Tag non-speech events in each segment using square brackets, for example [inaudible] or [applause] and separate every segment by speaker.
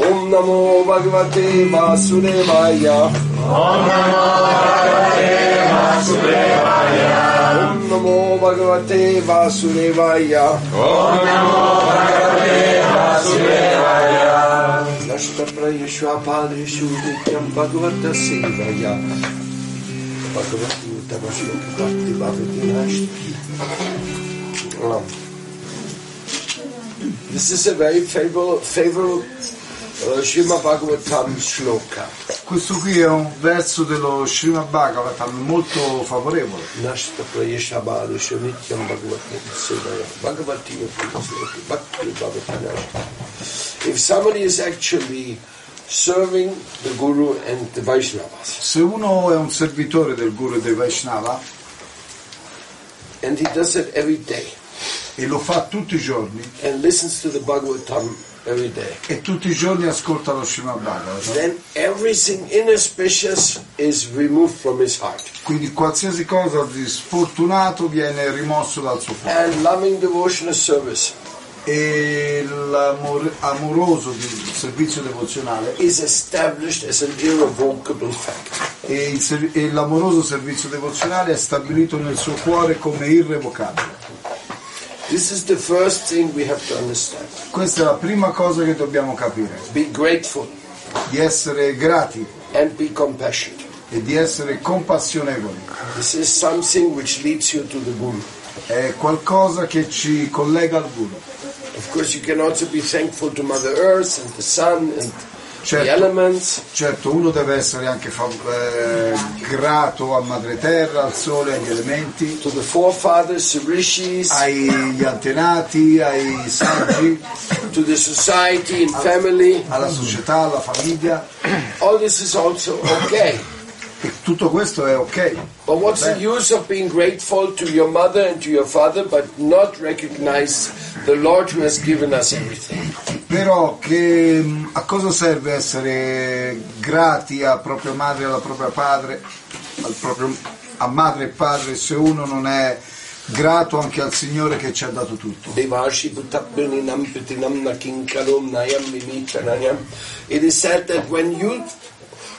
Speaker 1: नमो भगवते वासुदेवाय ॐ नमो भगवते वासुदेवाय नष्टप्रयश्वापादेषु नित्यं भगवतसेवया भगवत्युत्तमश्लोकभक्ति भवति नास्ति This is a very favorable, favorable uh, Srimad Bhagavatam shloka.
Speaker 2: Questo qui è un verso dello Srimad Bhagavatam molto favorevole.
Speaker 1: Nashta prayeshabadu shamityam bhagavati sevaya. Bhagavati yopinasvati bhakti bhagavati nashti. If somebody is actually serving the Guru and the Vaishnavas
Speaker 2: Se uno è un servitore del Guru e dei Vaishnava
Speaker 1: and he does it every day
Speaker 2: e lo fa tutti i giorni
Speaker 1: and listens to the Bhagavatam every day,
Speaker 2: e tutti i giorni ascolta lo Srimad Bhagavatam,
Speaker 1: then everything inauspicious is removed from his heart.
Speaker 2: quindi qualsiasi cosa di sfortunato viene rimosso dal suo cuore.
Speaker 1: And loving devotional service
Speaker 2: E l'amoroso servizio devozionale
Speaker 1: is established as an irrevocable fact.
Speaker 2: e, il ser- e l'amoroso servizio devozionale è stabilito nel suo cuore come irrevocabile.
Speaker 1: This is the first thing we have to understand.
Speaker 2: Questa è la prima cosa che dobbiamo capire,
Speaker 1: Be grateful
Speaker 2: di essere grati
Speaker 1: and be compassionate.
Speaker 2: e di essere compassionevoli.
Speaker 1: This is something which leads you to the Guru.
Speaker 2: È qualcosa che ci collega al Guru.
Speaker 1: Of course, you can also be thankful to Mother Earth and the sun and
Speaker 2: Certo.
Speaker 1: the elements,
Speaker 2: Certo, uno deve essere anche fa- eh, grato a Madre Terra, al Sole, agli elementi,
Speaker 1: to the forefathers, the rishis,
Speaker 2: agli antenati, ai saggi,
Speaker 1: to the society and family.
Speaker 2: alla società, alla famiglia.
Speaker 1: All this is also okay.
Speaker 2: E tutto questo è ok.
Speaker 1: But what's the use of being grateful to your mother and to your father but not recognize the Lord who has given us everything?
Speaker 2: Però che, mh, a cosa serve essere grati a propria madre, alla propria padre, al proprio- a madre e padre se uno non è grato anche al Signore che ci ha dato tutto?
Speaker 1: Devashibhutabhininam pitinamna kinkarom nayam mimitranayam. It is said that when you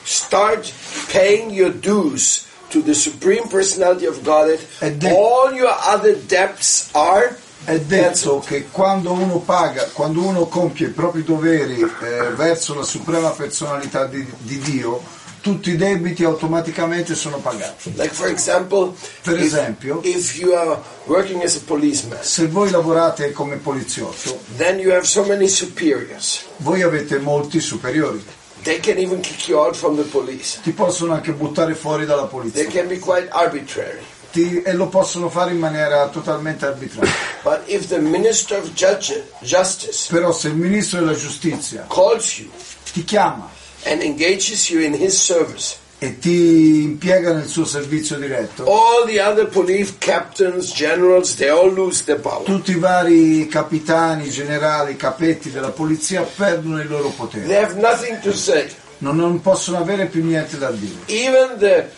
Speaker 1: start paying your dues to the Supreme Personality of Godhead,
Speaker 2: And then-
Speaker 1: all your other debts are
Speaker 2: È detto che quando uno paga, quando uno compie i propri doveri eh, verso la suprema personalità di, di Dio, tutti i debiti automaticamente sono pagati.
Speaker 1: like, for example,
Speaker 2: Per
Speaker 1: if-
Speaker 2: esempio?
Speaker 1: if you are working as a policeman,
Speaker 2: Se voi lavorate come poliziotto,
Speaker 1: then you have so many superiors.
Speaker 2: voi avete molti superiori.
Speaker 1: They can even kick you out from the police.
Speaker 2: Ti possono anche buttare fuori dalla
Speaker 1: They
Speaker 2: polizia
Speaker 1: can be quite arbitrary.
Speaker 2: Ti- e lo possono fare in maniera totalmente arbitraria.
Speaker 1: But if the Minister of Judge, Justice
Speaker 2: Però se il ministro della giustizia
Speaker 1: calls you
Speaker 2: ti chiama
Speaker 1: and engages you in his service.
Speaker 2: e ti impiega nel suo servizio diretto,
Speaker 1: All the other police captains, generals, they all lose their power.
Speaker 2: Tutti i vari capitani, generali, capetti della polizia perdono il loro potere,
Speaker 1: They have nothing to say.
Speaker 2: non, non possono avere più niente da dire.
Speaker 1: Even the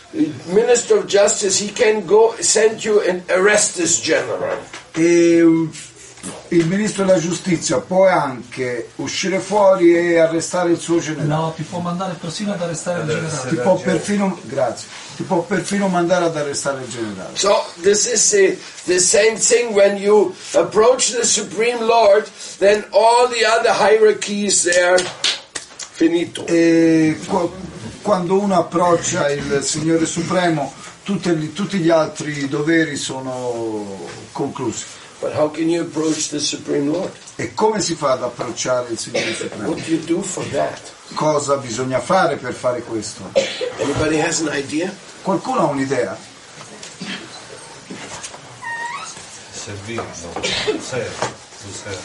Speaker 1: Minister of Justice, he can go send you and arrest this general.
Speaker 2: E um, il ministro della giustizia può anche uscire fuori e arrestare il suo generale.
Speaker 3: No, ti può mandare persino ad arrestare
Speaker 4: Eh,
Speaker 3: il
Speaker 2: Ti
Speaker 3: generale.
Speaker 2: può, perfino, grazie, ti può perfino mandare ad arrestare il generale.
Speaker 1: So this is the, the same thing when you approach the Supreme Lord, then all the other hierarchies there, finito.
Speaker 2: E qua- quando uno approccia il Signore Supremo, tutte gli- tutti gli altri doveri sono conclusi.
Speaker 1: But how can you approach the Supreme Lord?
Speaker 2: E come si fa ad approcciare il Signore Supremo?
Speaker 1: What do you do for that?
Speaker 2: cosa bisogna fare per fare questo.
Speaker 1: Anybody has an idea?
Speaker 2: Qualcuno ha un'idea?
Speaker 5: Servirlo, serve, lo serve.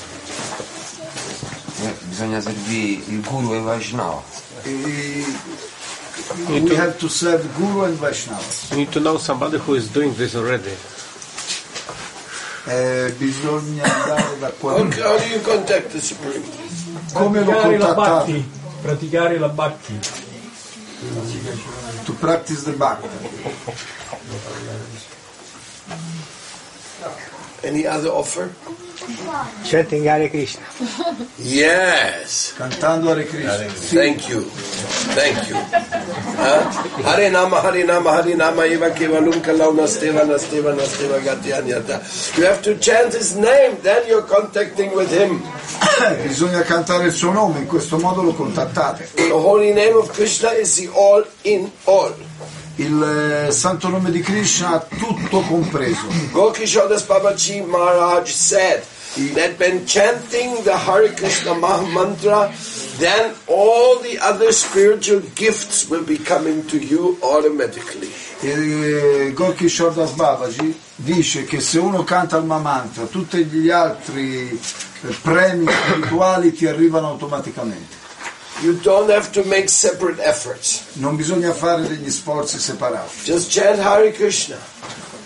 Speaker 6: Eh, Bisogna servire il guru e Vaishnava.
Speaker 2: E- We have to serve Guru and Vaishnavas.
Speaker 7: You need to know somebody who is doing this already.
Speaker 2: Eh, bisogna andare da
Speaker 1: How,
Speaker 2: qualcuno.
Speaker 1: how do you contact the Supreme?
Speaker 2: Come l'ho
Speaker 4: Praticare la
Speaker 2: contattato?
Speaker 4: bhakti. Praticare la bhakti.
Speaker 2: To practice the Bhakti.
Speaker 1: Any other offer?
Speaker 8: Chanting Hare Krishna.
Speaker 1: Yes.
Speaker 2: Cantando Hare Krishna.
Speaker 1: Thank you. Thank you. Huh? Hare Nama, Hare Nama, Hare Nama, Eva Kevalum Kalauna Steva Nasteva Nasteva Gatyanyata. You have to chant his name, then you're contacting with him.
Speaker 2: Eh, Bisogna cantare il suo nome, in questo modo lo contattate.
Speaker 1: The holy name of Krishna is the all in all.
Speaker 2: Il eh, santo nome di Krishna ha tutto compreso.
Speaker 1: Gokishadas Babaji Maharaj said that when chanting the Hare Krishna Maha Mantra, then all the other spiritual gifts will be coming to you automatically.
Speaker 2: E Gorky Shordas Babaji dice che se uno canta il Mamantra, tutti gli altri eh, premi spirituali ti arrivano automaticamente.
Speaker 1: You don't have to make separate efforts.
Speaker 2: Non bisogna fare degli sforzi separati.
Speaker 1: Just chant Hare Krishna.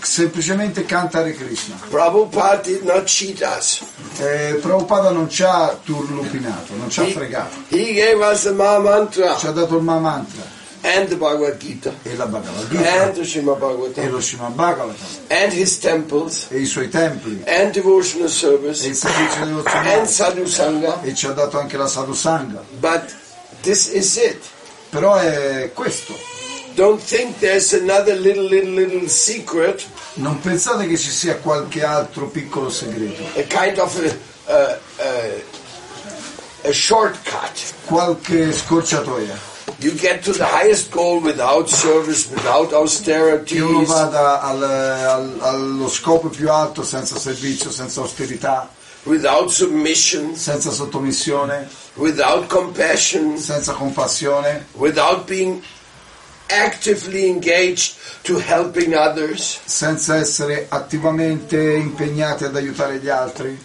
Speaker 2: Semplicemente canta Hare Krishna.
Speaker 1: Prabhupada did not cheat us.
Speaker 2: Eh, Prabhupada non ci ha turlupinato, non ci ha
Speaker 1: He,
Speaker 2: fregato.
Speaker 1: he gave us the Maha Mantra
Speaker 2: Ci ha dato il Mamantra
Speaker 1: and the Bhagavad Gita
Speaker 2: e la Bhagavad Gita
Speaker 1: and the Srimad
Speaker 2: e lo
Speaker 1: Bhagavatam
Speaker 2: Srimad Bhagavatam
Speaker 1: and his temples
Speaker 2: e i suoi templi
Speaker 1: and devotional
Speaker 2: e il
Speaker 1: service
Speaker 2: servizio
Speaker 1: and
Speaker 2: devozionale
Speaker 1: sadhu sangha.
Speaker 2: e ci ha dato anche la Sadhu Sangha.
Speaker 1: But this is it.
Speaker 2: Però è questo.
Speaker 1: Don't think there's another little, little, little secret,
Speaker 2: Non pensate che ci sia qualche altro piccolo segreto,
Speaker 1: a kind of a, a, a, a shortcut.
Speaker 2: qualche scorciatoia.
Speaker 1: You get to the highest goal without service, without austerities.
Speaker 2: Che uno vada al- al- allo scopo più alto senza servizio, senza austerità,
Speaker 1: without submissions,
Speaker 2: senza sottomissione,
Speaker 1: without compassion,
Speaker 2: senza compassione,
Speaker 1: without being actively engaged to helping others.
Speaker 2: senza essere attivamente impegnati ad aiutare gli altri.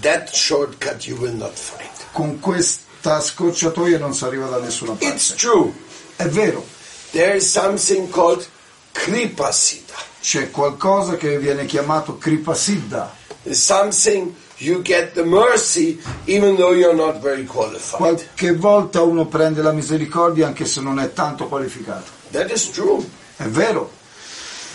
Speaker 1: That shortcut you will not find.
Speaker 2: Con questa scorciatoia non si arriva da nessuna
Speaker 1: It's
Speaker 2: parte.
Speaker 1: true.
Speaker 2: È vero,
Speaker 1: There is something called kripasita.
Speaker 2: c'è qualcosa che viene chiamato Kripa Siddha,
Speaker 1: It's something you get the mercy even though you're not very qualified.
Speaker 2: qualche volta uno prende la misericordia anche se non è tanto qualificato.
Speaker 1: That is true.
Speaker 2: È vero,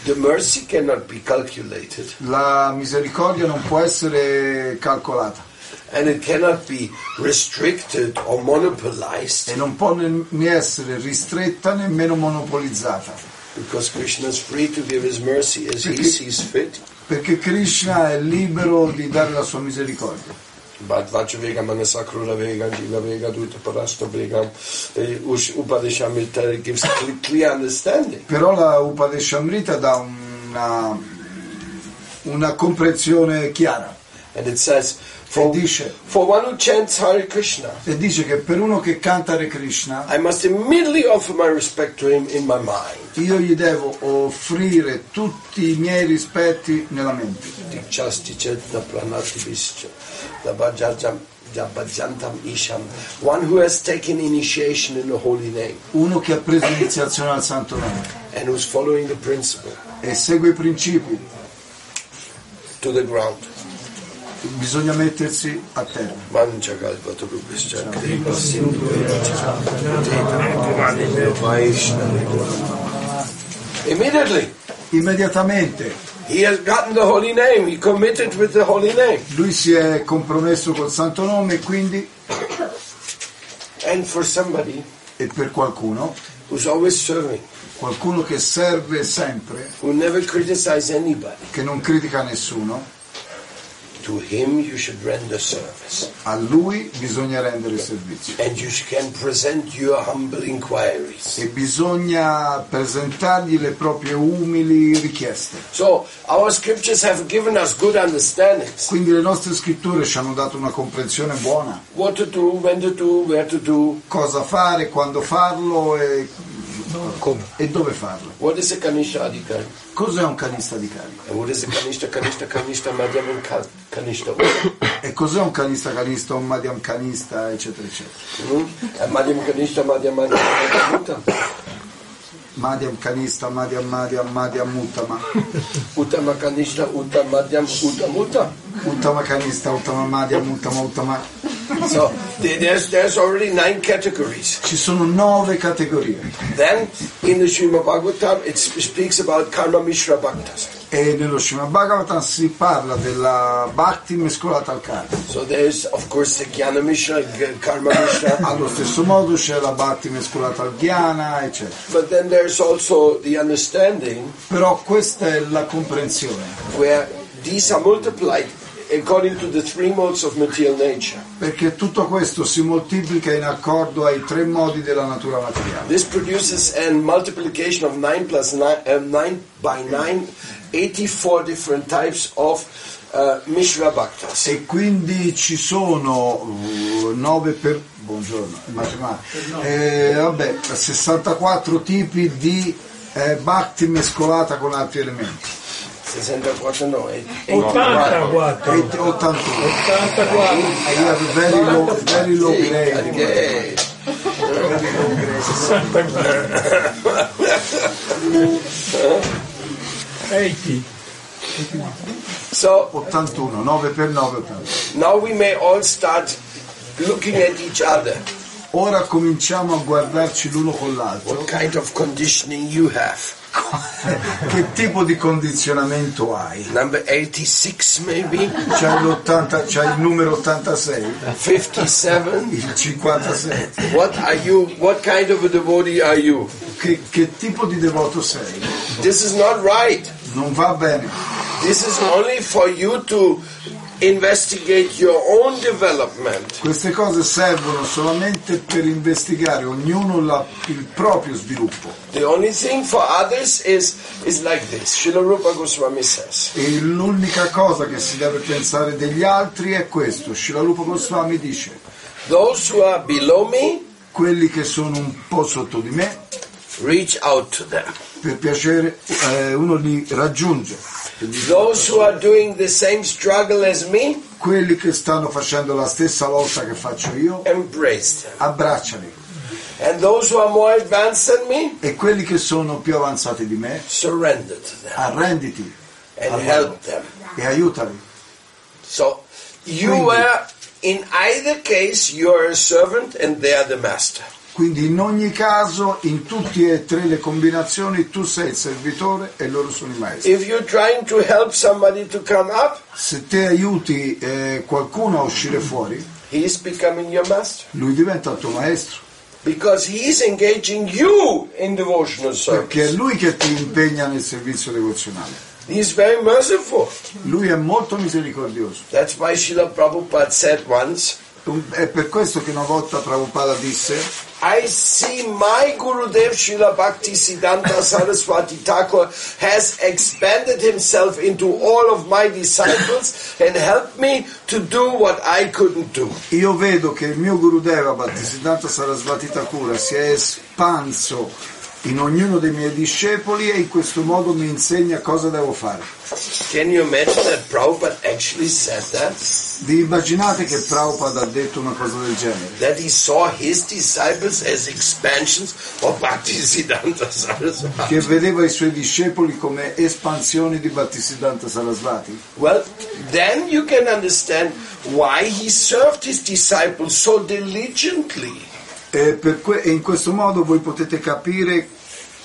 Speaker 1: The mercy cannot be calculated
Speaker 2: la misericordia non può essere calcolata
Speaker 1: and it cannot be restricted or monopolized
Speaker 2: e non può né essere ristretta nemmeno monopolizzata,
Speaker 1: because Krishna is free to give his mercy as he sees fit.
Speaker 2: perché Krishna è libero di dare la sua misericordia.
Speaker 1: But Vajivega Manasakrura Vega Jila Vega Dutta Parasta Vega Upadeshamita gives cl- clear understanding.
Speaker 2: Però la Upadeshamrita dà una, una comprensione chiara
Speaker 1: And it says, for,
Speaker 2: Dice.
Speaker 1: for one who chants Hare Krishna,
Speaker 2: e dice che per uno che canta Hare Krishna
Speaker 1: I must immediately offer my respect to him in my mind.
Speaker 2: io gli devo offrire tutti i miei rispetti nella mente.
Speaker 1: Dikchasti chetna pranati vischa. Dabajajam dabajantam isham. One who has taken initiation in the holy name
Speaker 2: Uno che ha preso iniziazione al Santo Nome
Speaker 1: and who's following the principle
Speaker 2: e segue i principi
Speaker 1: to the ground.
Speaker 2: bisogna mettersi a terra.
Speaker 1: Manchagal Vaturubhischa Kripa Sindhu Yacha. Vedita Vaishnava. Immediately,
Speaker 2: Immediatamente
Speaker 1: he has gotten the holy name. He committed with the holy name.
Speaker 2: lui si è compromesso col santo nome e quindi,
Speaker 1: And for somebody
Speaker 2: e per qualcuno,
Speaker 1: who's always serving,
Speaker 2: qualcuno che serve sempre,
Speaker 1: who never criticizes anybody,
Speaker 2: che non critica nessuno,
Speaker 1: to him you should render service.
Speaker 2: a lui bisogna rendere servizio
Speaker 1: and you can present your humble inquiries.
Speaker 2: e bisogna presentargli le proprie umili richieste.
Speaker 1: So our scriptures have given us good understandings.
Speaker 2: Quindi le nostre scritture ci hanno dato una comprensione buona,
Speaker 1: What to do, when to do, where to do,
Speaker 2: cosa fare, quando farlo e, e dove farlo.
Speaker 1: what is a Kanishta Adhikar,
Speaker 2: Cos'è un canista di carico?
Speaker 1: and what is a Kanishta, Kanishta, Kanishta, Madhyam and Ka- Kanishta.
Speaker 2: E cos'è un canista canista, un medium canista, eccetera, eccetera.
Speaker 1: Hmm? And Madhyam Kanishta, Madhyam, Madhyam, Madhyam, Uttam.
Speaker 2: Madiam canista, Madiam Madiam, Madiam Uttama,
Speaker 1: Uttama Kanishta, Uttam, Madhyam, Uttam, Uttam.
Speaker 2: Uttama canista, Uttama Madiam, Uttama Uttama.
Speaker 1: So there- there's, there's already nine categories.
Speaker 2: Ci sono nove categorie.
Speaker 1: Then in the Srimad Bhagavatam, it sp- speaks about Karma Mishra Bhaktas.
Speaker 2: E nello Srimad Bhagavatam si parla della Bhakti mescolata al karma.
Speaker 1: So there's, of course, the Jnana Mishnah, G- Karma Mishnah,
Speaker 2: Allo stesso modo c'è la Bhakti mescolata al Ghyana, eccetera.
Speaker 1: but then there's also the understanding
Speaker 2: Però questa è la comprensione,
Speaker 1: where these are multiplied according to the three modes of material nature.
Speaker 2: perché tutto questo si moltiplica in accordo ai tre modi della natura materiale.
Speaker 1: This produces an multiplication of 9 plus 9, uh, 9 by 9, 84 different types of uh, Mishra Bhaktas.
Speaker 2: E quindi ci sono 9 per... Buongiorno, matematica. Eh, vabbè, 64 tipi di eh, Bhakti mescolata con altri elementi.
Speaker 1: 64 no, eight- eight-
Speaker 4: Oh, 84
Speaker 2: E 81.
Speaker 4: 84
Speaker 2: I have a Eh, very low, very low grade.
Speaker 1: Okay.
Speaker 4: 64 80
Speaker 1: So
Speaker 2: 81, 9 per 9, 81.
Speaker 1: now we may all start looking at each other.
Speaker 2: Ora cominciamo a guardarci l'uno con l'altro.
Speaker 1: [laughs] What kind of conditioning you have?
Speaker 2: Che tipo di condizionamento hai?
Speaker 1: Number 86 maybe?
Speaker 2: C'hai, l'80, c'hai il numero 86,
Speaker 1: 57?
Speaker 2: il 57.
Speaker 1: What are you? What kind of a devotee are you?
Speaker 2: Che, che tipo di devoto sei?
Speaker 1: This is not right.
Speaker 2: Non va bene.
Speaker 1: This is only for you to investigate your own development.
Speaker 2: Queste cose servono solamente per investigare ognuno la- il proprio sviluppo.
Speaker 1: The only thing for others is is like this. Srila Rupa Goswami says,
Speaker 2: E l'unica cosa che si deve pensare degli altri è questo. Shilalupa Goswami dice,
Speaker 1: "Those who are below me,
Speaker 2: quelli che sono un po' sotto di me,
Speaker 1: reach out to them.
Speaker 2: per piacere eh, uno li raggiunge.
Speaker 1: Those who are doing the same struggle as me,
Speaker 2: Quelli che stanno facendo la stessa lotta che faccio io,
Speaker 1: embrace them.
Speaker 2: abbracciali.
Speaker 1: And those who are more advanced than me,
Speaker 2: E quelli che sono più avanzati di me,
Speaker 1: surrender to them
Speaker 2: arrenditi
Speaker 1: and help them."
Speaker 2: e aiutali.
Speaker 1: So you
Speaker 2: Quindi-
Speaker 1: were in either case you are a servant and they are the master.
Speaker 2: Quindi in ogni caso, in tutte e tre le combinazioni, tu sei il servitore e loro sono i maestri.
Speaker 1: If you're trying to help somebody to come up,
Speaker 2: Se te aiuti eh, qualcuno a uscire fuori,
Speaker 1: he is becoming your master
Speaker 2: lui diventa il tuo maestro.
Speaker 1: because he is engaging you in devotional
Speaker 2: Perché è
Speaker 1: service.
Speaker 2: lui che ti impegna nel servizio devozionale.
Speaker 1: He is very merciful.
Speaker 2: Lui è molto misericordioso.
Speaker 1: That's why Srila Prabhupada said once,
Speaker 2: È per questo che una volta Prabhupada disse
Speaker 1: I see my Gurudev Srila Bhakti Siddhanta Saraswati Thakur has expanded himself into all of my disciples and helped me to do what I couldn't do.
Speaker 2: io vedo che il mio Gurudeva Bhaktisiddhanta Sarasvati Thakura si è espanso in ognuno dei miei discepoli e in questo modo mi insegna cosa devo fare.
Speaker 1: Can you imagine that Prabhupada actually said that?
Speaker 2: Vi immaginate che Prabhupada ha detto una cosa del genere?
Speaker 1: That he saw his disciples as expansions of Bhaktisiddhanta Saraswati.
Speaker 2: Che vedeva i suoi discepoli come espansioni di Bhaktisiddhanta Sarasvati?
Speaker 1: Well, then you can understand why he served his disciples so diligently.
Speaker 2: E, per que- e in questo modo voi potete capire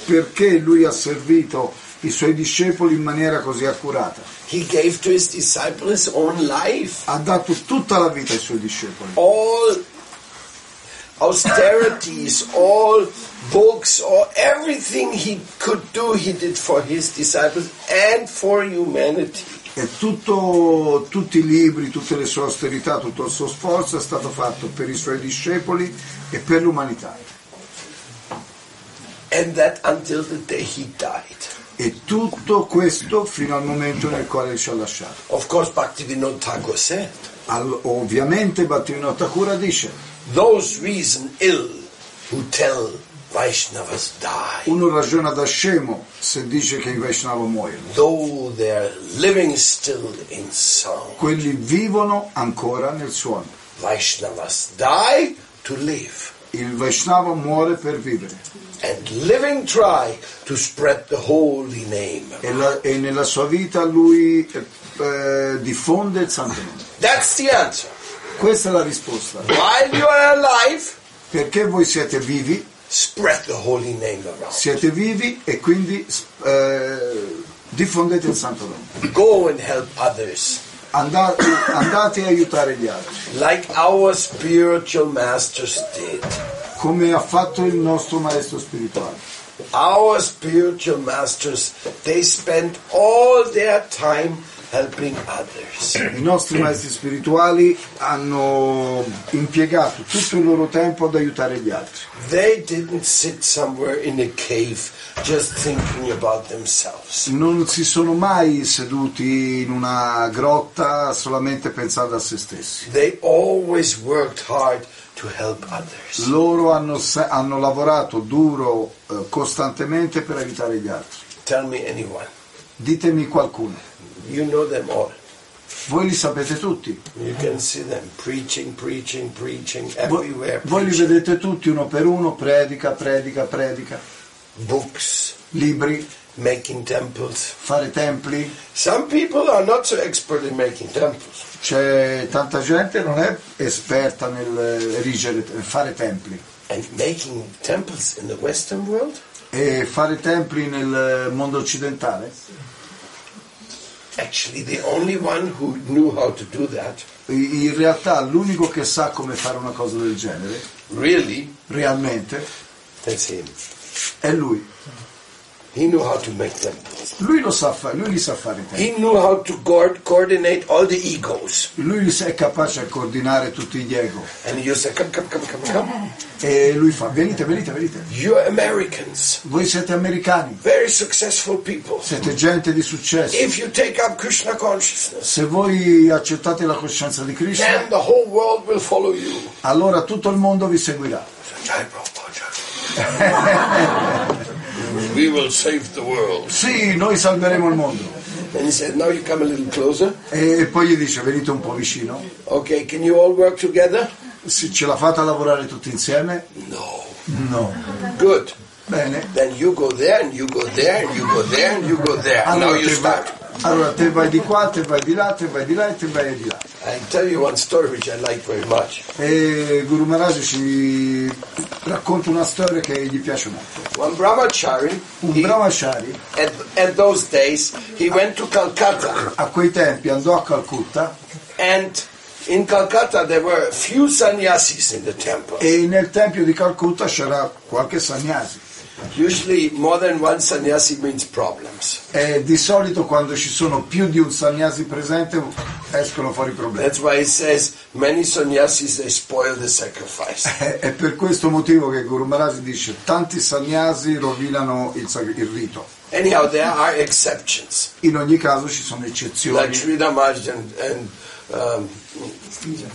Speaker 2: perché lui ha servito i suoi discepoli in maniera così accurata.
Speaker 1: He gave to his disciples his own life.
Speaker 2: Ha dato tutta la vita ai suoi discepoli.
Speaker 1: All austerities, all books, all everything he could do, he did for his disciples and for humanity.
Speaker 2: E tutto- tutti i libri, tutte le sue austerità, tutto il suo sforzo è stato fatto per i suoi discepoli e per l'umanità.
Speaker 1: And that until the day he died.
Speaker 2: E tutto questo fino al momento nel quale ci ha lasciato.
Speaker 1: Of course, Bhaktivinoda Thakur said,
Speaker 2: Al- ovviamente Bhattivinoda Thakura dice,
Speaker 1: Those reason ill who tell Vaishnavas die,
Speaker 2: uno ragiona da scemo se dice che i Vaishnava muoiono.
Speaker 1: though they're living still in song.
Speaker 2: Quelli vivono ancora nel suono.
Speaker 1: Vaishnavas die to live,
Speaker 2: Il Vaishnava muore per vivere
Speaker 1: and living try to spread the holy name.
Speaker 2: e, la- e nella sua vita lui eh, eh, diffonde il santo nome.
Speaker 1: That's the answer.
Speaker 2: Questa è la risposta.
Speaker 1: While you are alive,
Speaker 2: Perché voi siete vivi,
Speaker 1: spread the holy name around.
Speaker 2: siete vivi e quindi eh, diffondete il santo nome.
Speaker 1: Go and help others.
Speaker 2: Andate, andate a aiutare gli altri,
Speaker 1: Like our spiritual masters did.
Speaker 2: come ha fatto il nostro maestro spirituale.
Speaker 1: Our spiritual masters, they spent all their time helping others.
Speaker 2: I nostri maestri spirituali hanno impiegato tutto il loro tempo ad aiutare gli altri.
Speaker 1: They didn't sit somewhere in a cave just thinking about themselves.
Speaker 2: Non si sono mai seduti in una grotta solamente pensando a se stessi.
Speaker 1: They always worked hard to help others.
Speaker 2: Loro hanno, se- hanno lavorato duro eh, costantemente per aiutare gli altri.
Speaker 1: Tell me anyone.
Speaker 2: Ditemi qualcuno,
Speaker 1: You know them all.
Speaker 2: voi li sapete tutti,
Speaker 1: You can see them preaching, preaching, preaching
Speaker 2: voi,
Speaker 1: everywhere.
Speaker 2: voi li
Speaker 1: preaching.
Speaker 2: vedete tutti uno per uno, predica, predica, predica,
Speaker 1: Books,
Speaker 2: libri,
Speaker 1: making temples.
Speaker 2: fare templi.
Speaker 1: Some people are not so expert in making temples.
Speaker 2: C'è tanta gente che non è esperta nel eh, erigere, fare templi.
Speaker 1: And making temples in the Western world?
Speaker 2: E fare templi nel mondo occidentale?
Speaker 1: Actually, the only one who knew how to do that,
Speaker 2: I- In realtà l'unico che sa come fare una cosa del genere,
Speaker 1: really,
Speaker 2: realmente,
Speaker 1: that's him.
Speaker 2: è lui.
Speaker 1: He knew how to make temples.
Speaker 2: Lui lo sa fare, lui li sa fare i templi.
Speaker 1: He knew how to guard, coordinate all the egos.
Speaker 2: Lui li sa- è capace a coordinare tutti gli ego.
Speaker 1: And he used to come, come, come, come, come.
Speaker 2: E lui fa, venite, venite, venite.
Speaker 1: You're Americans,
Speaker 2: Voi siete americani,
Speaker 1: very successful people.
Speaker 2: siete gente di successo.
Speaker 1: If you take up Krishna consciousness,
Speaker 2: Se voi accettate la coscienza di Krishna,
Speaker 1: then the whole world will follow you.
Speaker 2: allora tutto il mondo vi seguirà.
Speaker 1: Jai Prabhu, Jai Prabhu. [laughs] we will save the world.
Speaker 2: Sì, noi salveremo il mondo.
Speaker 1: And he said, now you come a little closer.
Speaker 2: E poi gli dice, venite un po' vicino.
Speaker 1: Okay, can you all work together?
Speaker 2: Se ce la fate a lavorare tutti insieme?
Speaker 1: No.
Speaker 2: No.
Speaker 1: Good.
Speaker 2: Bene.
Speaker 1: Then you go there, and you go there, and you go there, and you go there. And now
Speaker 2: Allora
Speaker 1: you
Speaker 2: te, vai,
Speaker 1: start.
Speaker 2: allora te vai di qua, te vai di là, te vai di là e te vai di là.
Speaker 1: I'll tell you one story which I like very much.
Speaker 2: E Guru Maharaj ci racconta una storia che gli piace molto.
Speaker 1: One brahmachari,
Speaker 2: Un
Speaker 1: he-
Speaker 2: brahmachari
Speaker 1: at, at those days, he went to Calcutta.
Speaker 2: a quei tempi andò a Calcutta
Speaker 1: And in Calcutta, there were few sannyasis in the temple.
Speaker 2: e nel tempio di Calcutta c'era qualche sannyasi.
Speaker 1: Usually, more than one sannyasi means problems.
Speaker 2: E di solito quando ci sono più di un sannyasi presente escono fuori i problemi.
Speaker 1: That's why it says many sannyasis they spoil the sacrifice.
Speaker 2: È è per questo motivo che Guru Maharaj dice tanti sannyasi rovinano il, sac- il rito.
Speaker 1: Anyhow, there are exceptions,
Speaker 2: In ogni caso ci sono
Speaker 1: like
Speaker 2: eccezioni.
Speaker 1: Sridhar Maharaj and, and um,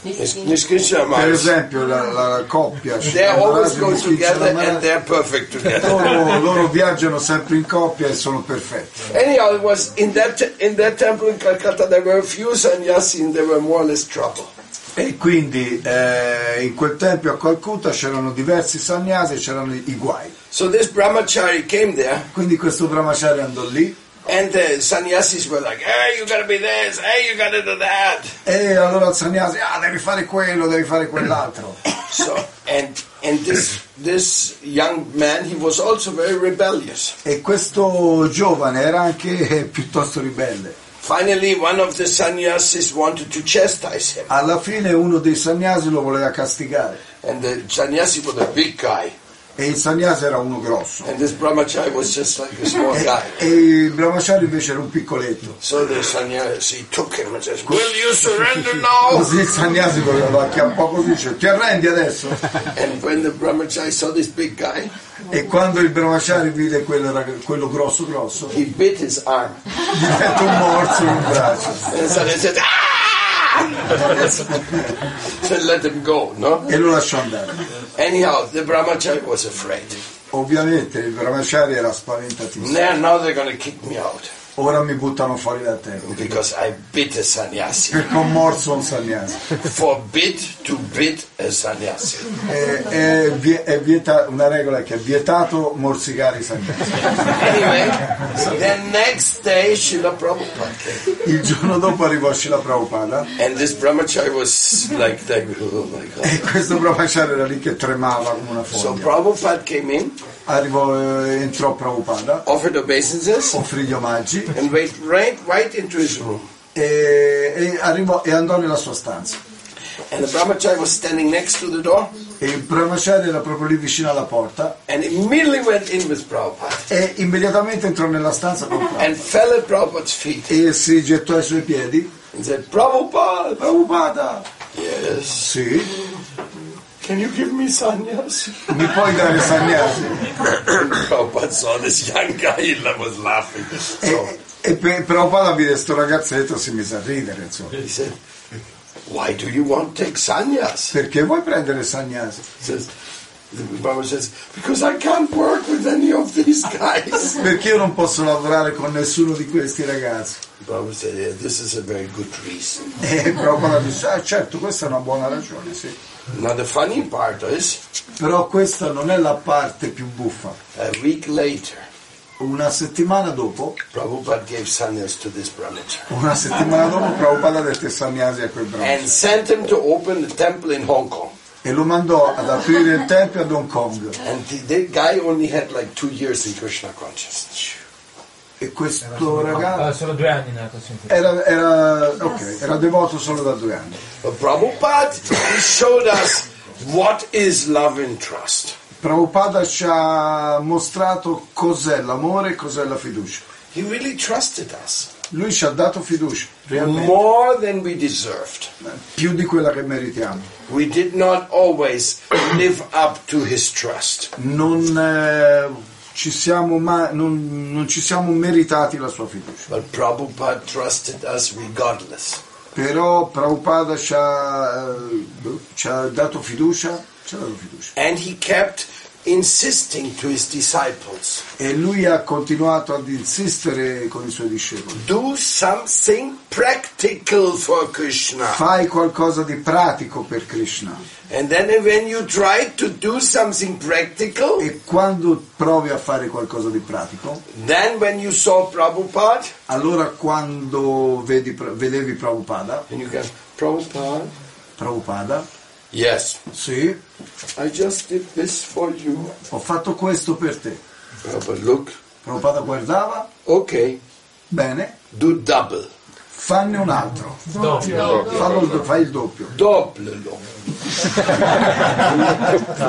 Speaker 1: Nishkisha
Speaker 2: Per
Speaker 1: Maharaj.
Speaker 2: esempio la, la coppia Shri
Speaker 1: They always
Speaker 2: Maharaj e
Speaker 1: go
Speaker 2: Mukhija
Speaker 1: together and
Speaker 2: Maharaj,
Speaker 1: they're perfect
Speaker 2: [laughs]
Speaker 1: together.
Speaker 2: loro, loro viaggiano sempre in coppia e sono perfetti.
Speaker 1: Anyhow, it was in that in that temple in Calcutta there were a few sannyasi and there were more or less trouble.
Speaker 2: E quindi eh, in quel tempio a Calcutta c'erano diversi sannyasi e c'erano i guai.
Speaker 1: So this brahmachari came there
Speaker 2: Quindi questo brahmacharya andò lì
Speaker 1: and the sannyasis were like, hey, you gotta be this, hey, you gotta do that.
Speaker 2: e allora il sannyasi, ah devi fare quello, devi fare quell'altro.
Speaker 1: So and and this this young man he was also very rebellious.
Speaker 2: E questo giovane era anche [laughs] eh, piuttosto ribelle.
Speaker 1: Finally, one of the sannyasis wanted to chastise him,
Speaker 2: Alla fine uno dei sannyasi lo voleva castigare
Speaker 1: and the sannyasi was a big guy,
Speaker 2: e il sannyasi era uno grosso
Speaker 1: and this brahmachari was just like a
Speaker 2: [laughs]
Speaker 1: small guy.
Speaker 2: e il brahmacharya invece era un piccoletto.
Speaker 1: So the sannyasi took him and says, Will you surrender now?
Speaker 2: Così il sannyasi voleva che un po' così dice ti arrendi adesso?
Speaker 1: and when the brahmachari saw this big guy,
Speaker 2: E quando il brahmacharya vide quello, rag- quello grosso grosso
Speaker 1: he bit his arm.
Speaker 2: gli fece un morso in braccio
Speaker 1: And the sannyasi said, Ah! [laughs] so let him go, no?
Speaker 2: e lo lasciò andare.
Speaker 1: Anyhow, the brahmachari was afraid.
Speaker 2: Ovviamente il brahmacharya era spaventatissimo.
Speaker 1: Now, now they're going to kick me out
Speaker 2: Ora mi buttano fuori dal tempo
Speaker 1: because I bit a sannyasi.
Speaker 2: perché ho morso un sannyasi.
Speaker 1: Forbid to bit a sannyasi.
Speaker 2: È, è vie- è vieta- una regola che è vietato morsicare i sannyasi.
Speaker 1: Anyway, the next day, Srila Prabhupada came.
Speaker 2: Il giorno dopo arrivò Scila Prabhupada
Speaker 1: And this brahmachari was like, like oh my
Speaker 2: e
Speaker 1: god.
Speaker 2: questo brahmacharya era lì che tremava come una
Speaker 1: So
Speaker 2: foglia.
Speaker 1: Prabhupada came in
Speaker 2: arrivò, eh, entrò Prabhupada,
Speaker 1: offered obeisances,
Speaker 2: offrì gli omaggi
Speaker 1: and went right, right into his room.
Speaker 2: e, e arrivò, e andò nella sua stanza.
Speaker 1: And the brahmachari was standing next to the door
Speaker 2: E il Brahmacharya era proprio lì vicino alla porta
Speaker 1: and immediately went in with Prabhupada
Speaker 2: e immediatamente entrò nella stanza con Prabhupada
Speaker 1: and fell at Prabhupada's feet
Speaker 2: e si gettò ai suoi piedi.
Speaker 1: and said, Prabhupada,
Speaker 2: Prabhupada!
Speaker 1: yes,
Speaker 2: Sì,
Speaker 1: can you give me sannyas? [coughs]
Speaker 2: mi puoi dare
Speaker 1: [laughs]
Speaker 2: sannyasi?
Speaker 1: And Prabhupada saw this young guy, he was laughing. So
Speaker 2: E, e pe- Prabhupada vide sto ragazzetto si mise a ridere, insomma.
Speaker 1: he said, why do you want to take sannyas?
Speaker 2: Perché vuoi prendere sannyasi?
Speaker 1: He says, the Brahma says, because I can't work with any of these
Speaker 2: [laughs]
Speaker 1: guys.
Speaker 2: Perché io non posso lavorare con nessuno di questi ragazzi?
Speaker 1: The Brahma said, yeah, this is a very good reason.
Speaker 2: E Prabhupada disse, ah certo, questa è una buona ragione, sì.
Speaker 1: Now the funny part is,
Speaker 2: Però questa non è la parte più buffa.
Speaker 1: a week later,
Speaker 2: Una settimana dopo,
Speaker 1: Prabhupada gave sannyas to this brahmachari
Speaker 2: una settimana dopo Prabhupada dette sannyasi a quel bravo
Speaker 1: and sent him to open the temple in Hong Kong.
Speaker 2: e lo mandò ad aprire il tempio ad Hong Kong.
Speaker 1: And the, that guy only had like two years in Krishna consciousness.
Speaker 2: E questo ragazzo
Speaker 4: Eh, sono due anni nato, senti.
Speaker 2: era, era- ok, era devoto solo da due anni.
Speaker 1: But Prabhupada, he showed us what is love and trust.
Speaker 2: Prabhupada ci ha mostrato cos'è l'amore e cos'è la fiducia.
Speaker 1: He really trusted us
Speaker 2: Lui ci ha dato fiducia, realmente,
Speaker 1: more than we deserved.
Speaker 2: più di quella che meritiamo.
Speaker 1: We did not always live up to his trust.
Speaker 2: Non, eh, ci siamo ma- non- non ci siamo meritati la sua fiducia.
Speaker 1: But Prabhupada trusted us regardless.
Speaker 2: Però Prabhupada ci ha, eh, ci ha dato fiducia, ci ha dato fiducia.
Speaker 1: And he kept insisting to his disciples
Speaker 2: E lui ha continuato ad insistere con i suoi discepoli.
Speaker 1: do something practical for Krishna.
Speaker 2: Fai qualcosa di pratico per Krishna.
Speaker 1: And then when you try to do something practical,
Speaker 2: E quando provi a fare qualcosa di pratico,
Speaker 1: then when you saw Prabhupada,
Speaker 2: allora quando vedi, vedevi Prabhupada,
Speaker 1: and you can, Prabhupada,
Speaker 2: Prabhupada,
Speaker 1: yes,
Speaker 2: sì,
Speaker 1: I just did this for you.
Speaker 2: ho fatto questo per te.
Speaker 1: Prabhupada, look,
Speaker 2: Prabhupada guardava,
Speaker 1: okay,
Speaker 2: bene,
Speaker 1: do double.
Speaker 2: fanne un altro. Fallo il do- fai il doppio,
Speaker 1: Doppello.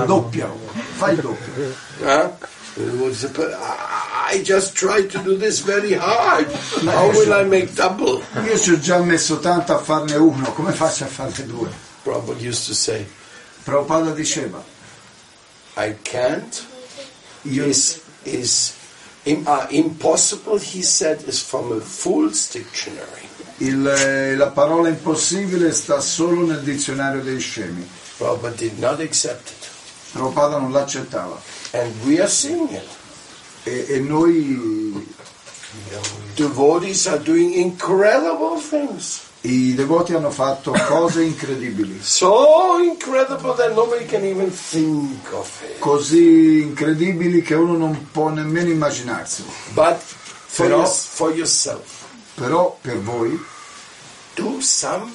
Speaker 2: doppialo, fai il doppio.
Speaker 1: Huh? It was a- I just tried to do this very hard. How will I make double?
Speaker 2: Io ci ho già messo tanto a farne uno, come faccio a farne due?
Speaker 1: Prabhupada used to say,
Speaker 2: Prabhupada diceva,
Speaker 1: I can't.
Speaker 2: io,
Speaker 1: Is, is im, uh, impossible, he said, is from a fool's dictionary.
Speaker 2: il- eh, la parola impossibile sta solo nel dizionario dei scemi.
Speaker 1: Prabhupada did not accept it.
Speaker 2: Prabhupada non l'accettava
Speaker 1: And we are seeing it.
Speaker 2: e, e noi,
Speaker 1: Devotees are doing incredible things.
Speaker 2: i devoti hanno fatto cose incredibili,
Speaker 1: So incredible that nobody can even think of it.
Speaker 2: così incredibili che uno non può nemmeno immaginarsi.
Speaker 1: But for,
Speaker 2: Però-
Speaker 1: your, for yourself,
Speaker 2: Però per voi
Speaker 1: do some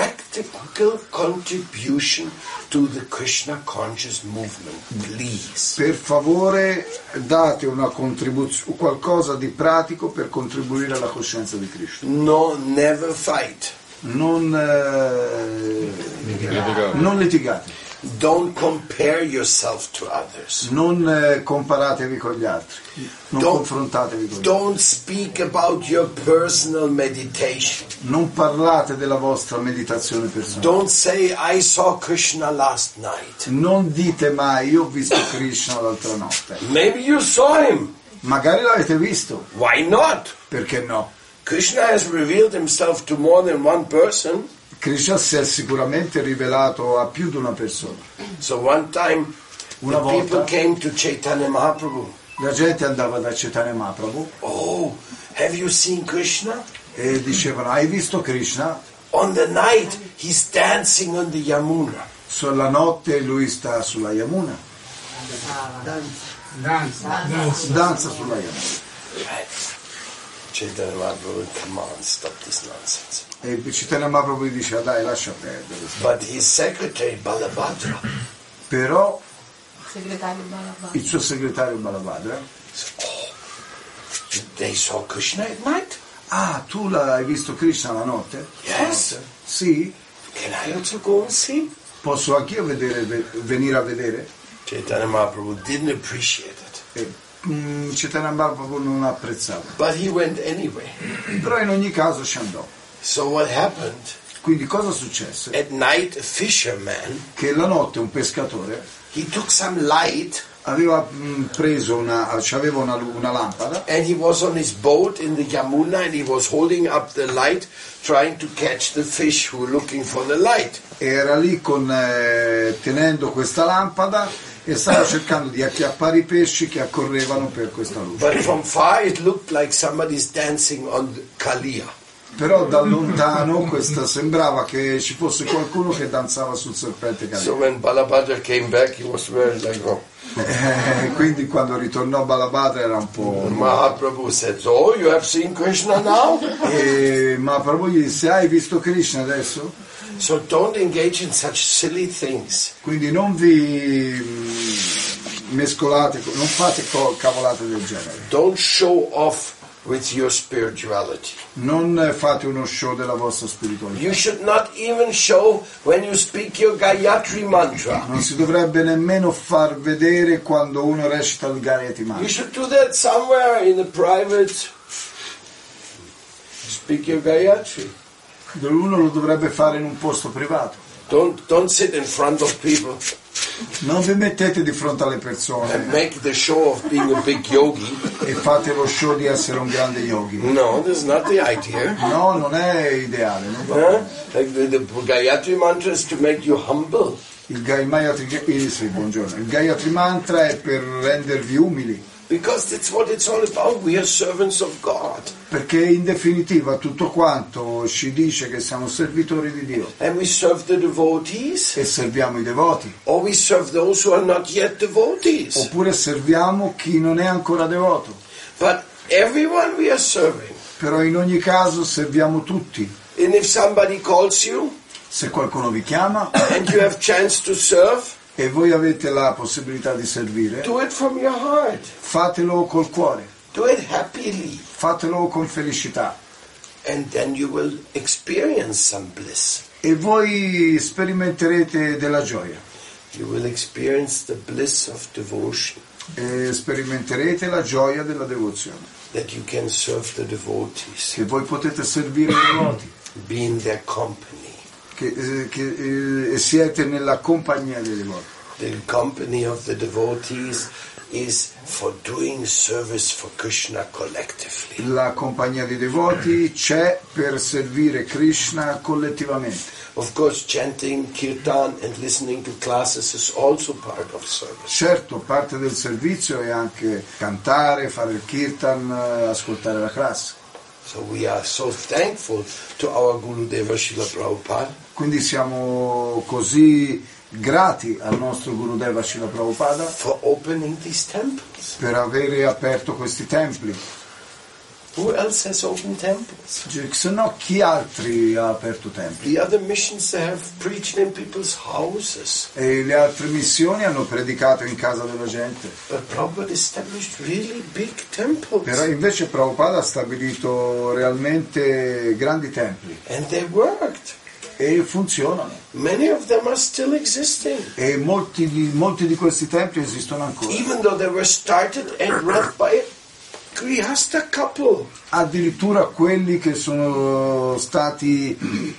Speaker 1: practical contribution to the Krishna conscious movement, please.
Speaker 2: Per favore date una contribuzione, qualcosa di pratico per contribuire alla coscienza di Krishna.
Speaker 1: No, never fight.
Speaker 2: Non, eh, non litigate,
Speaker 1: Don't compare yourself to others.
Speaker 2: non eh, comparatevi con gli altri, non
Speaker 1: Don't-
Speaker 2: confrontatevi con gli altri,
Speaker 1: Don't speak about your personal meditation.
Speaker 2: non parlate della vostra meditazione personale.
Speaker 1: Don't say, I saw Krishna last night.
Speaker 2: Non dite mai io ho visto Krishna l'altra notte.
Speaker 1: Maybe you saw him.
Speaker 2: Magari l'avete visto,
Speaker 1: Why not?
Speaker 2: perché no?
Speaker 1: Krishna has revealed himself to more than one person.
Speaker 2: Krishna si è sicuramente rivelato a più di una persona.
Speaker 1: So one time,
Speaker 2: Una
Speaker 1: the people
Speaker 2: volta.
Speaker 1: came to Chaitanya Mahaprabhu.
Speaker 2: La gente andava da Chaitanya Mahaprabhu
Speaker 1: Oh, have you seen Krishna?
Speaker 2: e dicevano hai visto Krishna?
Speaker 1: On the night, he's dancing on the Yamuna.
Speaker 2: Sulla notte lui sta sulla Yamuna, danza sulla Yamuna.
Speaker 1: Chaitanya Mahaprabhu, come on, stop this nonsense.
Speaker 2: E Chaitanya Mahaprabhu gli dice "Ah, dai lascia perdere.
Speaker 1: But his secretary, Balabhadra,
Speaker 2: Però
Speaker 9: segretario Balabhadra.
Speaker 2: il suo segretario Balabhadra.
Speaker 1: "Oh, They saw Krishna at night?
Speaker 2: Ah, tu l'hai visto Krishna la notte?
Speaker 1: Yes.
Speaker 2: Sì,
Speaker 1: Can I also go and see?
Speaker 2: posso anch'io vedere, ve- venire a vedere?
Speaker 1: Chaitanya Mahaprabhu didn't appreciate it.
Speaker 2: E, mm, Chaitanya Mahaprabhu non apprezzava,
Speaker 1: But he went anyway.
Speaker 2: però in ogni caso ci andò.
Speaker 1: So what happened?
Speaker 2: Quindi cosa successe?
Speaker 1: At night, a fisherman,
Speaker 2: Che la notte un pescatore
Speaker 1: he took some light
Speaker 2: aveva mm, preso una, aveva una, lu- una lampada
Speaker 1: and he was on his boat in the Yamuna and he was holding up the light trying to catch the fish who were looking for the light.
Speaker 2: e era lì con, eh, tenendo questa lampada e stava cercando di acchiappare i pesci che accorrevano per questa luce.
Speaker 1: But from far it looked like somebody's dancing on the Kalia.
Speaker 2: Però da lontano questa sembrava che ci fosse qualcuno che danzava sul serpente cadente.
Speaker 1: So when Balabhadra came back, he was very like, oh.
Speaker 2: Eh, quindi quando ritornò Balabhadra era un po'.
Speaker 1: Mahaprabhu said, so you have seen Krishna now?
Speaker 2: E Mahaprabhu gli disse: Hai visto Krishna adesso?
Speaker 1: So don't engage in such silly things.
Speaker 2: Quindi non vi mm, mescolate, co- non fate co- cavolate del genere.
Speaker 1: Don't show off with your spirituality.
Speaker 2: Non eh, fate uno show della vostra spiritualità.
Speaker 1: You should not even show when you speak your Gayatri mantra.
Speaker 2: Non si dovrebbe nemmeno far vedere quando uno recita il Gayatri
Speaker 1: You
Speaker 2: Mantra.
Speaker 1: should do that somewhere in a private. Speak your Gayatri.
Speaker 2: Uno lo dovrebbe fare in un posto privato.
Speaker 1: Don't don't sit in front of people
Speaker 2: Non vi mettete di fronte alle persone
Speaker 1: and make the show of being a big yogi.
Speaker 2: e fate lo show di essere un grande yogi.
Speaker 1: No, that's not the idea.
Speaker 2: No, non è ideale. Non va
Speaker 1: Huh? Like the, the Gayatri mantra is to make you humble.
Speaker 2: Il Gayatri, eh, sì, buongiorno. Il Gayatri Mantra è per rendervi umili,
Speaker 1: Because that's what it's all about. We are servants of God.
Speaker 2: perché in definitiva tutto quanto ci dice che siamo servitori di Dio
Speaker 1: And we serve the devotees,
Speaker 2: e serviamo i devoti,
Speaker 1: or we serve those who are not yet devotees.
Speaker 2: oppure serviamo chi non è ancora devoto,
Speaker 1: But everyone we are serving.
Speaker 2: però in ogni caso serviamo tutti.
Speaker 1: And if somebody calls you
Speaker 2: Se qualcuno vi chiama
Speaker 1: and you have chance to serve,
Speaker 2: e voi avete la possibilità di servire,
Speaker 1: do it from your heart.
Speaker 2: fatelo col cuore,
Speaker 1: Do it happily.
Speaker 2: fatelo con felicità
Speaker 1: And then you will experience some bliss.
Speaker 2: e voi sperimenterete della gioia,
Speaker 1: You will experience the bliss of devotion.
Speaker 2: e sperimenterete la gioia della devozione.
Speaker 1: That you can serve the devotees,
Speaker 2: che voi potete servire i devoti
Speaker 1: be in their company,
Speaker 2: che, eh, che, eh, siete nella compagnia dei devoti.
Speaker 1: The company of the devotees is for doing service for Krishna collectively.
Speaker 2: La compagnia dei devoti c'è per servire Krishna collettivamente.
Speaker 1: Of course, chanting kirtan and listening to classes is also part of service.
Speaker 2: Certo, parte del servizio è anche cantare, fare il kirtan, eh, ascoltare la classe.
Speaker 1: So we are so thankful to our Guru Deva Srila Prabhupada
Speaker 2: Quindi siamo così grati al nostro Gurudeva Srila Prabhupada
Speaker 1: for opening these temples.
Speaker 2: per avere aperto questi templi.
Speaker 1: Who else has opened temples?
Speaker 2: Cioè, Se no chi altri ha aperto templi?
Speaker 1: The other missions they have preached in people's houses.
Speaker 2: E le altre missioni hanno predicato in casa della gente.
Speaker 1: But Prabhupada established really big temples.
Speaker 2: Però invece Prabhupada ha stabilito realmente grandi templi
Speaker 1: And they worked.
Speaker 2: e funzionano.
Speaker 1: Many of them are still existing.
Speaker 2: E molti di, molti di questi templi esistono ancora.
Speaker 1: even though they were started and run by a Grihasta couple.
Speaker 2: Addirittura quelli che sono stati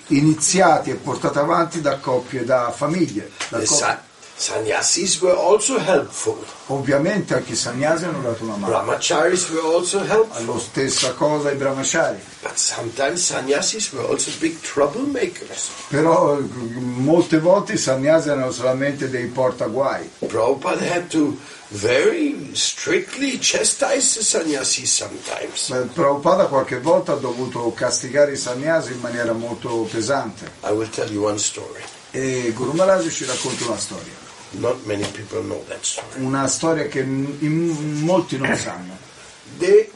Speaker 2: iniziati e portati avanti da coppie, da famiglie. Da
Speaker 1: The
Speaker 2: coppie.
Speaker 1: san- sannyasis were also helpful.
Speaker 2: Ovviamente anche i sagnasi hanno dato una mano.
Speaker 1: Brahmacharis were also helpful.
Speaker 2: Lo stessa cosa i brahmachari.
Speaker 1: But sometimes sannyasis were also big troublemakers.
Speaker 2: Però eh, molte volte i sagnasi erano solamente dei portaguai.
Speaker 1: Prabhupada had to very strictly chastise the sannyasis sometimes.
Speaker 2: Beh, Prabhupada qualche volta ha dovuto castigare i sannyasi in maniera molto pesante
Speaker 1: I will tell you one story.
Speaker 2: e Guru Maharaj ci racconta una storia,
Speaker 1: Not many people know that story.
Speaker 2: una storia che m- in- molti non sanno.
Speaker 1: The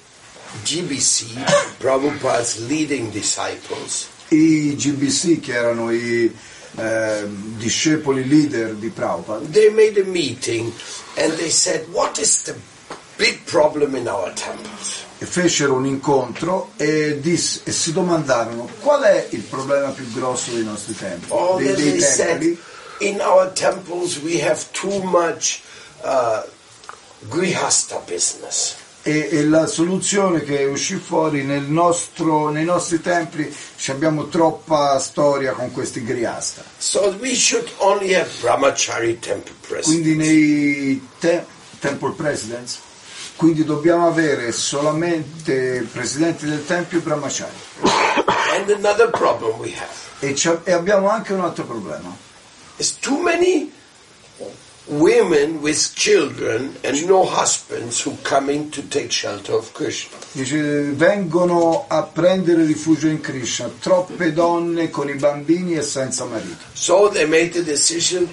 Speaker 1: GBC, Prabhupada's leading disciples,
Speaker 2: I GBC che erano i eh, discepoli leader di Prabhupada,
Speaker 1: They made a meeting and they said, what is the big problem in our temples?
Speaker 2: e fecero un incontro e, disse- e si domandarono qual è il problema più grosso dei nostri tempi,
Speaker 1: All
Speaker 2: dei,
Speaker 1: that
Speaker 2: dei
Speaker 1: they said,
Speaker 2: templi.
Speaker 1: in our temples we have too much uh, grihasta business.
Speaker 2: E, e la soluzione che uscì fuori nel nostro- nei nostri templi ci abbiamo troppa storia con questi griasta.
Speaker 1: So we should only have brahmachari temple present.
Speaker 2: Quindi nei te- temple presidents, quindi dobbiamo avere solamente presidenti del tempio e brahmachari.
Speaker 1: And another problem we have
Speaker 2: E, c'è- e abbiamo anche un altro problema.
Speaker 1: is too many women with children and no husbands who come in to take shelter of Krishna.
Speaker 2: Dice, vengono a prendere rifugio in Krishna troppe donne con i bambini e senza marito.
Speaker 1: So they made the decision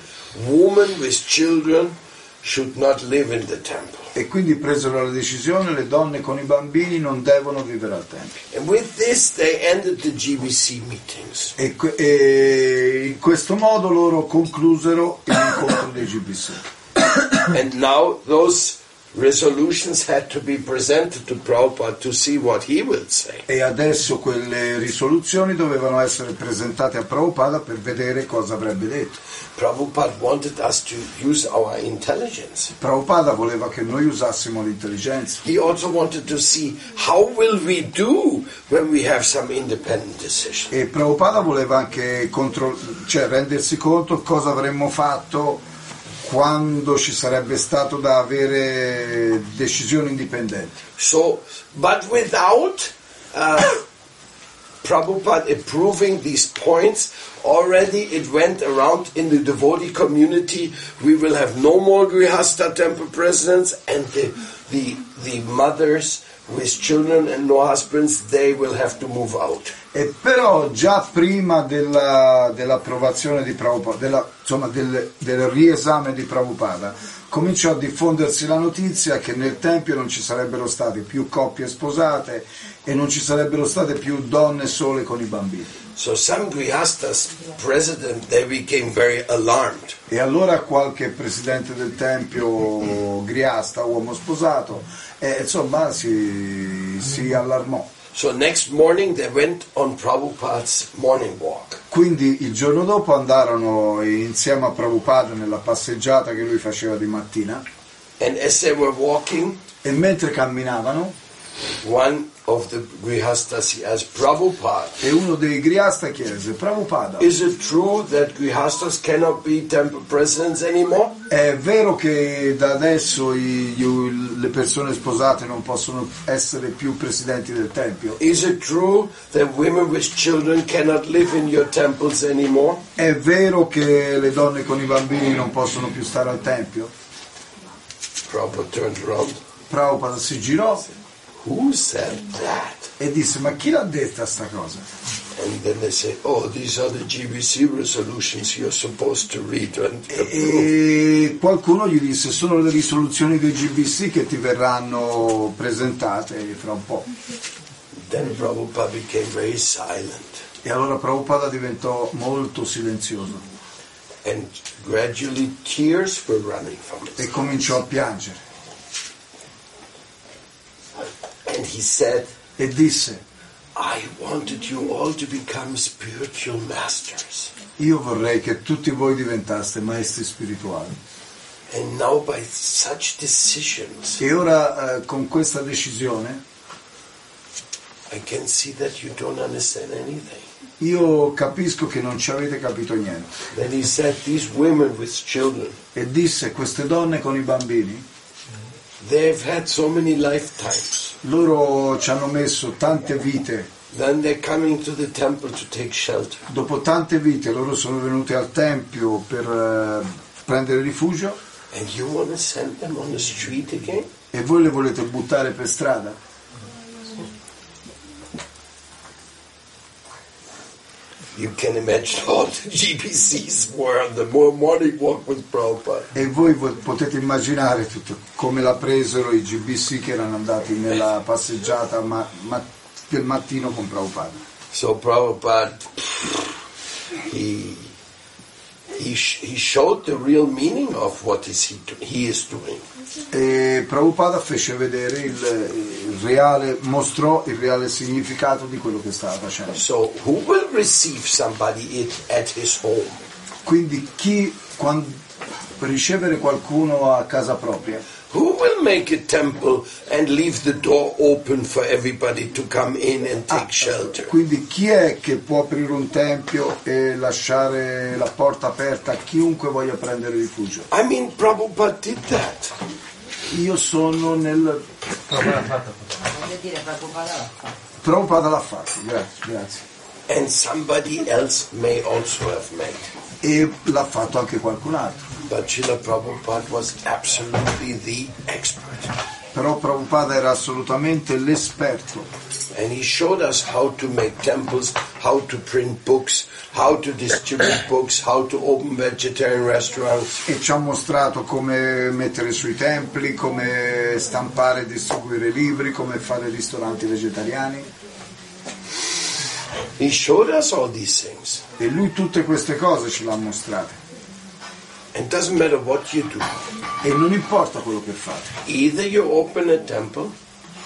Speaker 1: women with children should not live in the temple.
Speaker 2: E quindi presero la decisione, le donne con i bambini non devono vivere al tempio.
Speaker 1: And with this they ended the GBC meetings.
Speaker 2: E, que- e in questo modo loro conclusero l'incontro dei GBC.
Speaker 1: And now those resolutions had to be presented to Prabhupada to see what he will say.
Speaker 2: E adesso quelle risoluzioni dovevano essere presentate a Prabhupada per vedere cosa avrebbe detto.
Speaker 1: Prabhupada wanted us to use our intelligence.
Speaker 2: Prabhupada voleva che noi usassimo l'intelligenza.
Speaker 1: He also wanted to see how will we do when we have some independent decision.
Speaker 2: E Prabhupada voleva anche contro- cioè, rendersi conto cosa avremmo fatto quando ci sarebbe stato da avere decisioni indipendenti.
Speaker 1: So, but without uh, Prabhupada approving these points, already it went around in the devotee community. We will have no more Grihasta temple presidents, and the, the, the mothers with children and no husbands, they will have to move out.
Speaker 2: E però già prima della- dell'approvazione di Prabhupada, della- insomma del, del riesame di Prabhupada, cominciò a diffondersi la notizia che nel Tempio non ci sarebbero state più coppie sposate e non ci sarebbero state più donne sole con i bambini.
Speaker 1: So some Grihastas president, they became very alarmed.
Speaker 2: E allora qualche presidente del Tempio, griasta, uomo sposato, eh, insomma si, si allarmò.
Speaker 1: So next morning they went on Prabhupada's morning walk.
Speaker 2: Quindi il giorno dopo andarono insieme a Prabhupada nella passeggiata che lui faceva di mattina
Speaker 1: And as they were walking,
Speaker 2: e mentre camminavano
Speaker 1: one of the Grihastas he asked Prabhupada,
Speaker 2: e uno dei griasta chiese Prabhupada
Speaker 1: is it true that Grihastas cannot be temple presidents anymore?
Speaker 2: è vero che da adesso i- gli- le persone sposate non possono essere più presidenti del tempio?
Speaker 1: Is it true that women with children cannot live in your temples anymore?
Speaker 2: È vero che le donne con i bambini non possono più stare al tempio?
Speaker 1: Prabhupada turned around.
Speaker 2: Prabhupada si girò
Speaker 1: Who said that?
Speaker 2: e disse ma chi l'ha detta sta cosa?
Speaker 1: And then they say, oh, these are the GBC resolutions you're supposed to read and
Speaker 2: [laughs]
Speaker 1: approve.
Speaker 2: E qualcuno gli disse sono le risoluzioni del GBC che ti verranno presentate fra un po'.
Speaker 1: Then Prabhupada became very silent.
Speaker 2: E allora Prabhupada diventò molto silenzioso
Speaker 1: and gradually tears were running from his
Speaker 2: e cominciò a piangere
Speaker 1: And he said,
Speaker 2: e disse
Speaker 1: I wanted you all to become spiritual masters.
Speaker 2: io vorrei che tutti voi diventaste maestri spirituali
Speaker 1: And now by such decisions,
Speaker 2: e ora eh, con questa decisione
Speaker 1: I can see that you don't understand anything.
Speaker 2: io capisco che non ci avete capito niente
Speaker 1: Then he said, these women with children,
Speaker 2: e disse queste donne con i bambini
Speaker 1: they've had so many lifetimes.
Speaker 2: loro ci hanno messo tante vite
Speaker 1: Then they're coming to the temple to take shelter.
Speaker 2: dopo tante vite loro sono venute al tempio per eh, prendere rifugio
Speaker 1: And you want to send them on the street again?
Speaker 2: e voi le volete buttare per strada
Speaker 1: You can imagine [laughs] all the GPCs were on the mo- morning walk with Prabhupada.
Speaker 2: e voi vo- potete immaginare tutto come la presero i GBC che erano andati nella passeggiata ma- ma- del mattino con Prabhupada
Speaker 1: So Prabhupada, he he, sh- he showed the real meaning of what is he, do- he is doing.
Speaker 2: E Prabhupada fece vedere il, il reale, mostrò il reale significato di quello che stava facendo.
Speaker 1: So who will receive somebody it, at his home?
Speaker 2: Quindi chi quando, ricevere qualcuno a casa propria,
Speaker 1: Who will make a temple and leave the door open for everybody to come in and take shelter?
Speaker 2: quindi chi è che può aprire un tempio e lasciare la porta aperta a chiunque voglia prendere rifugio?
Speaker 1: I mean, Prabhupada did that.
Speaker 2: Io sono nel...
Speaker 9: Voglio dire, preoccupata la fa.
Speaker 2: Prabhupada l'ha fatto, grazie, grazie.
Speaker 1: And somebody else may also have made.
Speaker 2: E l'ha fatto anche qualcun altro.
Speaker 1: But Srila Prabhupada was absolutely the expert.
Speaker 2: Però Prabhupada era assolutamente l'esperto
Speaker 1: And he showed us how to make temples, how to print books, how to distribute books, how to open vegetarian restaurants.
Speaker 2: e ci ha mostrato come mettere sui templi, come stampare e distribuire libri, come fare ristoranti vegetariani
Speaker 1: He showed us all these things.
Speaker 2: e lui tutte queste cose ce le ha mostrate
Speaker 1: It doesn't matter what you do.
Speaker 2: e non importa quello che fate,
Speaker 1: Either you open a temple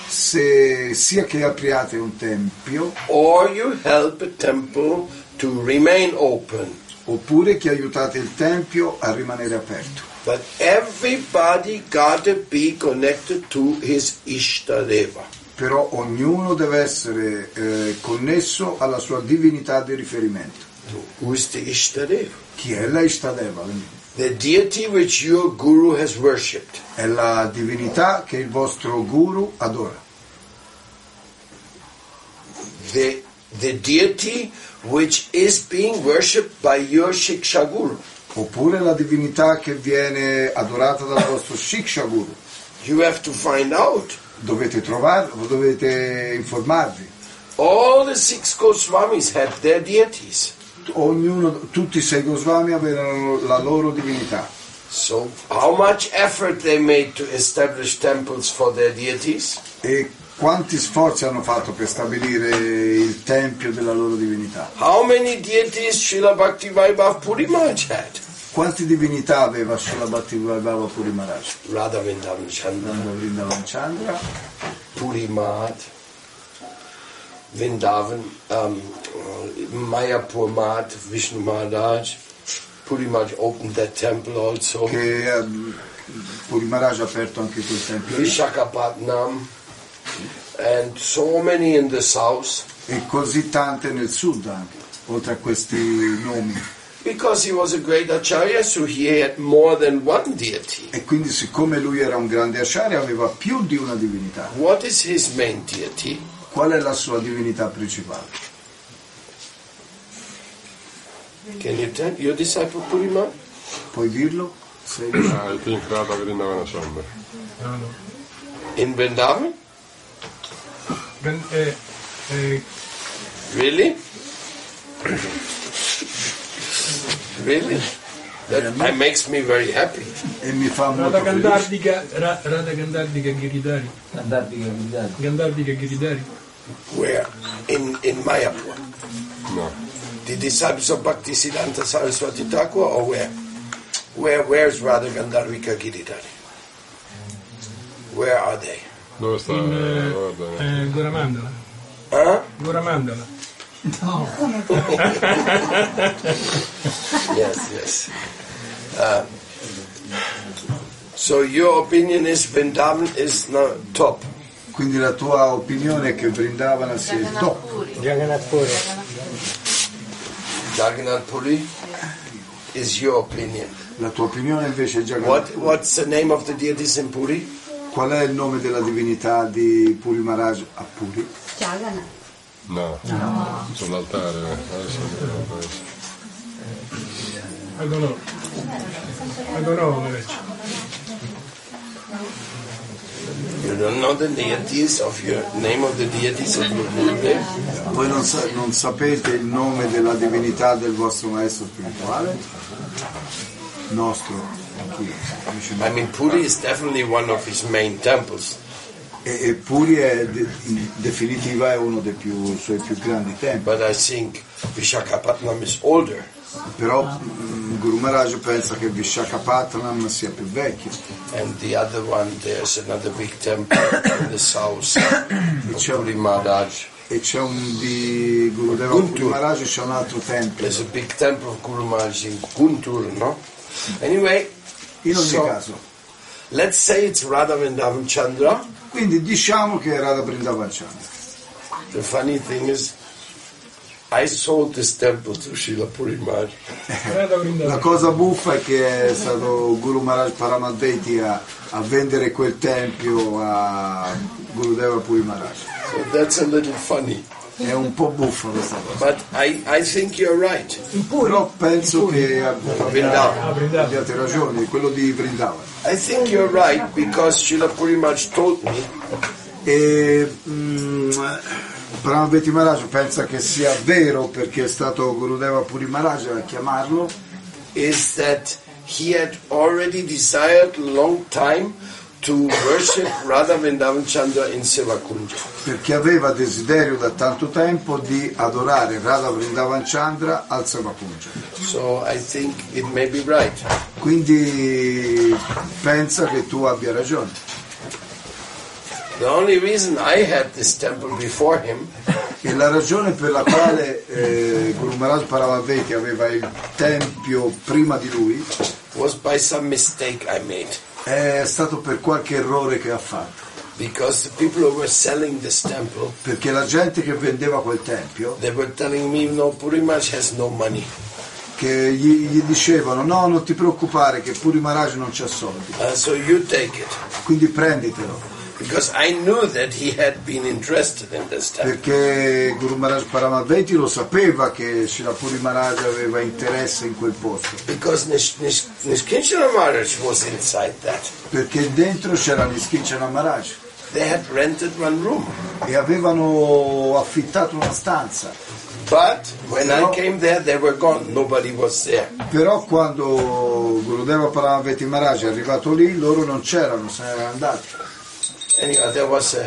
Speaker 2: se sia che apriate un tempio
Speaker 1: or you help a temple to remain open.
Speaker 2: oppure che aiutate il tempio a rimanere aperto.
Speaker 1: But everybody gotta be connected to his Ishtadeva.
Speaker 2: Però ognuno deve essere eh, connesso alla sua divinità di riferimento.
Speaker 1: Who is the Ishtadeva?
Speaker 2: Chi è la Ishtadeva?
Speaker 1: The deity which your guru has worshipped.
Speaker 2: È la divinità che il vostro guru adora.
Speaker 1: The, the deity which is being worshipped by your Shiksha guru.
Speaker 2: oppure la divinità che viene adorata dal vostro Shiksha Guru.
Speaker 1: You have to find out.
Speaker 2: Dovete trovarlo, dovete informarvi.
Speaker 1: All the six Goswamis had their deities.
Speaker 2: Ognuno, tutti i sei Goswami avevano la loro divinità.
Speaker 1: So how much effort they made to establish temples for their deities?
Speaker 2: E quanti sforzi hanno fatto per stabilire il tempio della loro divinità?
Speaker 1: How many deities Srila Bhakti Vaibhav Puri Maharaj had?
Speaker 2: Quante divinità aveva sulla Bhattivaibhava Puri Maharaj?
Speaker 1: Radha Vrindavan Chandra,
Speaker 2: Nanda Vrindavan Chandra,
Speaker 1: Puri Mahat, Vrindavan, um, uh, Mayapur Mahat, Vishnu Maharaj. Puri Maharaj opened that temple also.
Speaker 2: che ehm, Puri Maharaj ha aperto anche quel tempio lì.
Speaker 1: Vishakhapatnam. And so many in the south
Speaker 2: e così tante nel sud anche, oltre a questi nomi.
Speaker 1: because he was a great acharya, so he had more than one deity.
Speaker 2: E quindi siccome lui era un grande Acharya aveva più di una divinità.
Speaker 1: What is his main deity?
Speaker 2: Qual è la sua divinità principale?
Speaker 1: Can you tell your disciple Puri Maharaj?
Speaker 2: Puoi dirlo? Sei-
Speaker 10: I think Radha Vrindavana Chandra.
Speaker 1: In Vrindavan?
Speaker 4: Ben- eh, eh,
Speaker 1: Really? really? That, that makes me very happy.
Speaker 2: E mi fa molto
Speaker 4: Radha
Speaker 2: felice.
Speaker 4: Gandharvika Ra- Radha Gandharvika Giridhari Gandharvika Giridhari
Speaker 1: Where? In in Mayapur.
Speaker 10: No.
Speaker 1: The disciples of Bhaktisiddhanta Saraswati Thakur or where? Where where's Radha Gandharvika Giridhari? Where are they?
Speaker 10: Dove sta?
Speaker 4: in eh,
Speaker 10: Guarda.
Speaker 4: eh, Goramandala
Speaker 1: Huh?
Speaker 4: Goramandala
Speaker 3: No,
Speaker 1: Yes, yes. Uh, so your opinion is Vrindavan is now top.
Speaker 2: Quindi la tua opinione è che Vrindavana sia il top.
Speaker 9: Puri.
Speaker 8: Jagannath Puri.
Speaker 1: Jagannath Puri is your opinion.
Speaker 2: La tua opinione invece è Jagannath.
Speaker 1: What what's the name of the deities in Puri?
Speaker 2: Qual è il nome della divinità di Puri Maharaj a Puri?
Speaker 9: Chiagana.
Speaker 10: No. Sull'altare. Adesso non lo penso.
Speaker 4: Agonò Agonò invece
Speaker 1: You don't know the deities of your name of the deities of your Gurudev?
Speaker 2: Voi non, sa- non sapete il nome della divinità del vostro maestro spirituale? Nostro, anch'io. Dice,
Speaker 1: I mean, Puri is definitely one of his main temples.
Speaker 2: E- Eppure è de- in definitiva è uno dei più- suoi più grandi tempi.
Speaker 1: But I think Vishakhapatnam is older.
Speaker 2: Però mm, Guru Maharaj pensa che Vishakhapatnam sia più vecchio.
Speaker 1: And the other one, there's another big temple in the south of Puri Maharaj.
Speaker 2: E c'è un di Gurudeva
Speaker 1: Guntur.
Speaker 2: Guru Maharaj c'è un altro tempio.
Speaker 1: There's a big temple of Guru Maharaj in Guntur, no? Anyway,
Speaker 2: In ogni
Speaker 1: so-
Speaker 2: caso.
Speaker 1: let's say it's Radha Vrindavan Chandra.
Speaker 2: Quindi diciamo che era da Brindavanciana.
Speaker 1: The funny thing is, I sold this temple to Srila Puri Maharaj.
Speaker 4: Radha Vrindavan.
Speaker 2: La cosa buffa è che è stato Guru Maharaj Paramadeti a, a vendere quel tempio a Gurudeva Puri Maharaj.
Speaker 1: So that's a little funny.
Speaker 2: È un po' buffa questa cosa.
Speaker 1: But I, I think you're right.
Speaker 2: Però penso che abbi-
Speaker 1: Vrindavan.
Speaker 4: Ah,
Speaker 2: abbiate ragione, quello di Vrindavan.
Speaker 1: I think you're right because Srila Puri Maharaj told me
Speaker 2: E mm, Pramabeti Maharaj pensa che sia vero perché è stato Gurudeva Puri Maharaj a chiamarlo
Speaker 1: is that he had already desired long time to worship [laughs] Radha Vrindavan Chandra in Sevakunja.
Speaker 2: perché aveva desiderio da tanto tempo di adorare Radha Vrindavan Chandra al Sevapunja.
Speaker 1: So I think it may be right.
Speaker 2: Quindi pensa che tu abbia ragione.
Speaker 1: The only reason I had this temple before him
Speaker 2: E la ragione per la quale eh, Guru Maharaj Paramaveti aveva il tempio prima di lui
Speaker 1: was by some mistake I made
Speaker 2: è stato per qualche errore che ha fatto.
Speaker 1: because the people who were selling this temple
Speaker 2: Perché la gente che vendeva quel tempio
Speaker 1: they were telling me no Puri Maharaj has no money
Speaker 2: che gli, gli dicevano no non ti preoccupare che Puri Maharaj non c'ha soldi,
Speaker 1: uh, so you take it
Speaker 2: quindi prenditelo.
Speaker 1: because I knew that he had been interested in this temple.
Speaker 2: Perché Guru Maharaj Paramaveti lo sapeva che Srila Puri Maharaj aveva interesse in quel posto,
Speaker 1: Because Nish, Nish, Nishkinchana Maharaj was inside that.
Speaker 2: perché dentro c'era Niskinchana Maharaj
Speaker 1: They had rented one room.
Speaker 2: e avevano affittato una stanza.
Speaker 1: But when
Speaker 2: No.
Speaker 1: I came there, they were gone. Nobody was there.
Speaker 2: Però quando Gurudeva Paramaveti Maharaj è arrivato lì loro non c'erano, se ne erano andati.
Speaker 1: Anyhow, there was a,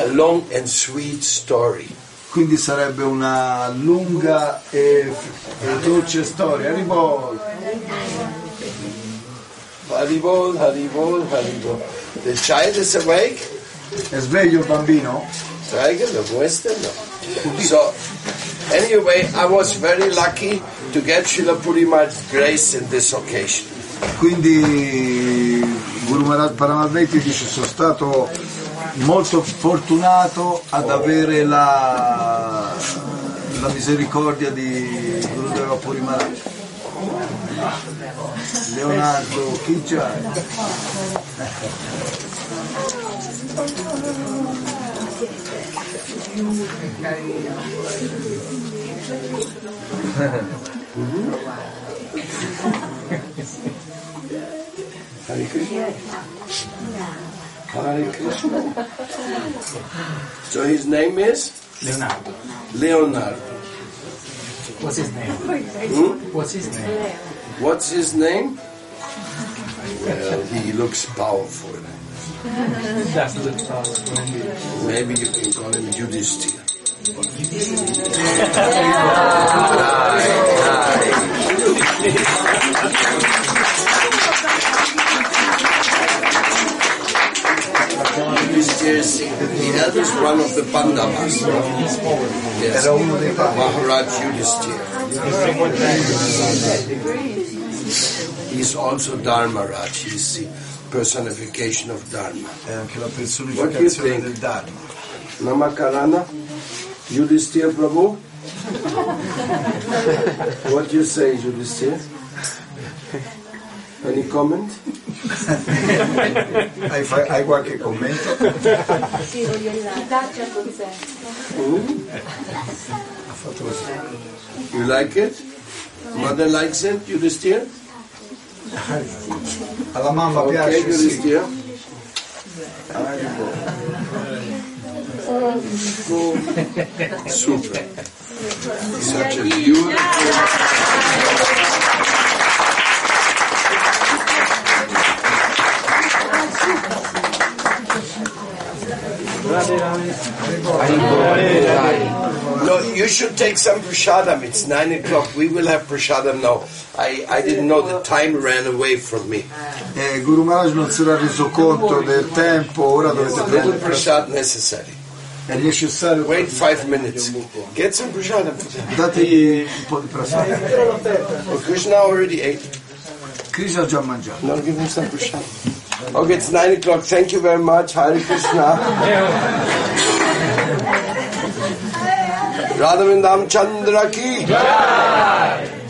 Speaker 1: a long and sweet story.
Speaker 2: Quindi sarebbe una lunga e, e dolce storia. Arrivo
Speaker 1: Haribol, Haribol, Haribol. The child is awake.
Speaker 2: È sveglio il bambino?
Speaker 1: Tiger, the Western. No. So, anyway, I was very lucky to get Srila Purimat's grace in this occasion.
Speaker 2: Quindi Guru Maharaj Paramaveti dice sono stato molto fortunato ad avere la, la misericordia di Gurudeva Puri Maharaj. Leonardo, chi c'è?
Speaker 1: Hare Krishna. Hare Krishna. So his name is
Speaker 4: Leonardo.
Speaker 1: Leonardo.
Speaker 4: What's his name?
Speaker 1: Hmm?
Speaker 4: What's his name?
Speaker 1: What's his name? Well, he looks powerful.
Speaker 4: That's the power.
Speaker 1: Maybe you can call him Yudhishthira. Yudhishthira is- He that is one of the Pandavas. Yes.
Speaker 2: Era uno dei padri.
Speaker 1: Maharaj Yudhishthira. He is also Dharmaraj. He is the personification of Dharma.
Speaker 2: È anche la
Speaker 1: What do you
Speaker 2: personificazione
Speaker 1: think?
Speaker 2: del Dharma.
Speaker 1: Namakarana, Yudhisthira Prabhu. what do you say, Yudhisthira? Any comment?
Speaker 2: Hai, fa- hai qualche commento?
Speaker 9: Sì, voglio aiutarci a cos'è.
Speaker 1: Hmm? You like it? Mother likes it, Yudhisthira?
Speaker 2: Alla mamma
Speaker 1: Okay,
Speaker 2: piace? Sì.
Speaker 1: Yudhisthira. Super. Such a beautiful. No, you should take some prashadam. It's nine o'clock. We will have prashadam now. I, I didn't know the time ran away from me.
Speaker 2: Eh, Guru Maharaj non si era reso conto del tempo, ora dovete
Speaker 1: A little
Speaker 2: prendere.
Speaker 1: prashad necessary.
Speaker 2: È necessario.
Speaker 1: Wait five minutes. Get some prashadam for them.
Speaker 2: Dategli un po' di prasad.
Speaker 1: Oh, Krishna already ate.
Speaker 2: Krishna ha già mangiato.
Speaker 1: Now give him some prashadam. Okay, it's nine o'clock. Thank you very much. Hare Krishna. Radhavindam Chandra ki. Jai.